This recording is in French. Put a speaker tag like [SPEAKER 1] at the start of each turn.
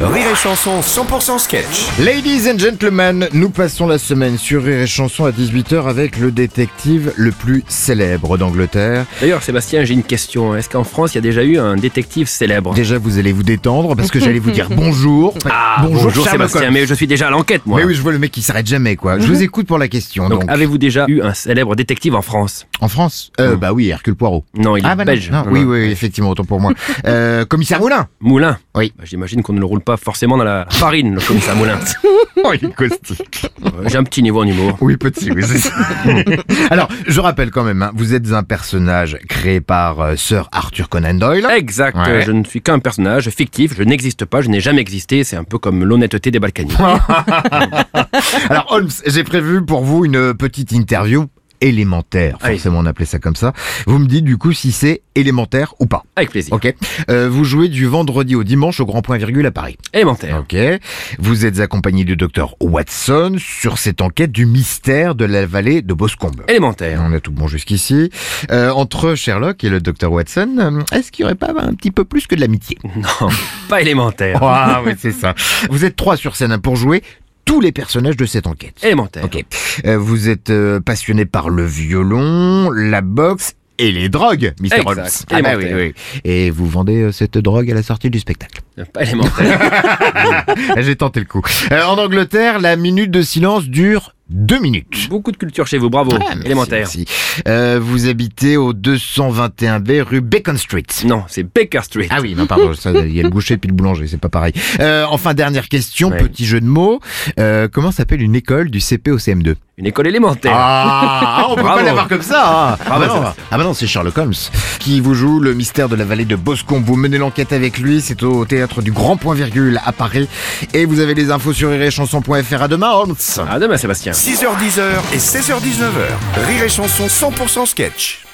[SPEAKER 1] Rire et Chanson 100% sketch.
[SPEAKER 2] Ladies and gentlemen, nous passons la semaine sur Rire et Chanson à 18h avec le détective le plus célèbre d'Angleterre.
[SPEAKER 3] D'ailleurs, Sébastien, j'ai une question. Est-ce qu'en France, il y a déjà eu un détective célèbre
[SPEAKER 2] Déjà, vous allez vous détendre parce que j'allais vous dire bonjour.
[SPEAKER 3] Ah, bonjour,
[SPEAKER 2] Sherlock
[SPEAKER 3] Sébastien,
[SPEAKER 2] Holmes.
[SPEAKER 3] mais je suis déjà à l'enquête, moi.
[SPEAKER 2] Mais oui, je vois le mec qui s'arrête jamais, quoi. Je vous écoute pour la question, Mhm. donc. ah.
[SPEAKER 3] Donc, avez-vous déjà eu un célèbre détective en France
[SPEAKER 2] En France euh, Bah oui, Hercule Poirot.
[SPEAKER 3] Non, il est
[SPEAKER 2] ah, bah non,
[SPEAKER 3] belge.
[SPEAKER 2] non,
[SPEAKER 3] Non,
[SPEAKER 2] oui,
[SPEAKER 3] non.
[SPEAKER 2] oui, effectivement, autant pour moi. Euh, commissaire Moulin
[SPEAKER 3] Moulin
[SPEAKER 2] Oui.
[SPEAKER 3] Bah, J'imagine qu'on ne le roule pas forcément dans la farine, le commissaire Moulin.
[SPEAKER 2] Oh, il est caustique.
[SPEAKER 3] Euh, J'ai un petit niveau en humour.
[SPEAKER 2] Oui, petit, oui, c'est ça. Alors, je rappelle quand même, hein, vous êtes un personnage créé par euh, Sir Arthur Conan Doyle.
[SPEAKER 3] Exact,
[SPEAKER 2] Ouais.
[SPEAKER 3] euh, je ne suis qu'un personnage fictif, je n'existe pas, je n'ai jamais existé, c'est un peu comme l'honnêteté des Balkaniques.
[SPEAKER 2] Alors Holmes, j'ai prévu pour vous une petite interview élémentaire,
[SPEAKER 3] Allez.
[SPEAKER 2] forcément on appelait ça comme ça. Vous me dites du coup si c'est élémentaire ou pas.
[SPEAKER 3] Avec plaisir.
[SPEAKER 2] Ok. Euh, vous jouez du vendredi au dimanche au Grand Point Virgule à Paris.
[SPEAKER 3] Élémentaire.
[SPEAKER 2] Ok. Vous êtes accompagné du docteur Watson sur cette enquête du mystère de la vallée de Boscombe.
[SPEAKER 3] Élémentaire.
[SPEAKER 2] On a tout bon jusqu'ici. Euh, entre Sherlock et le docteur Watson, euh, est-ce qu'il n'y aurait pas un petit peu plus que de l'amitié
[SPEAKER 3] Non, pas élémentaire.
[SPEAKER 2] Ah oui, c'est ça. Vous êtes trois sur scène hein, pour jouer tous les personnages de cette enquête.
[SPEAKER 3] Élémentaire.
[SPEAKER 2] Ok. Euh, vous êtes euh, passionné par le violon, la boxe et les drogues, Mr.
[SPEAKER 3] Exact.
[SPEAKER 2] Holmes. Eh ben
[SPEAKER 3] Élémentaire.
[SPEAKER 2] Et vous vendez euh, cette drogue à la sortie du spectacle.
[SPEAKER 3] Pas élémentaire.
[SPEAKER 2] Ah, J'ai tenté le coup. Euh, en Angleterre, la minute de silence dure deux minutes.
[SPEAKER 3] Beaucoup de culture chez vous, bravo.
[SPEAKER 2] Ah, merci,
[SPEAKER 3] élémentaire.
[SPEAKER 2] merci. Euh, vous habitez au 221B rue Bacon Street.
[SPEAKER 3] Non, c'est Baker Street.
[SPEAKER 2] Ah oui, non, pardon, ça, il y a le boucher puis le boulanger, c'est pas pareil. Euh, enfin, dernière question,
[SPEAKER 3] Ouais.
[SPEAKER 2] petit jeu de mots. Euh, comment s'appelle une école du CP au CM2
[SPEAKER 3] Une école élémentaire.
[SPEAKER 2] Ah, on peut
[SPEAKER 3] Bravo.
[SPEAKER 2] pas l'avoir comme ça. hein. Ah, bah
[SPEAKER 3] Bravo.
[SPEAKER 2] non, ah bah non, c'est Sherlock Holmes qui vous joue le mystère de la vallée de Boscombe. Vous menez l'enquête avec lui. C'est au théâtre du Grand Point Virgule à Paris. Et vous avez les infos sur iréchanson.fr. À demain, Holmes.
[SPEAKER 3] À demain, Ah, Sébastien.
[SPEAKER 1] 6h10 et 16h19h. Rire et Chanson 100% sketch.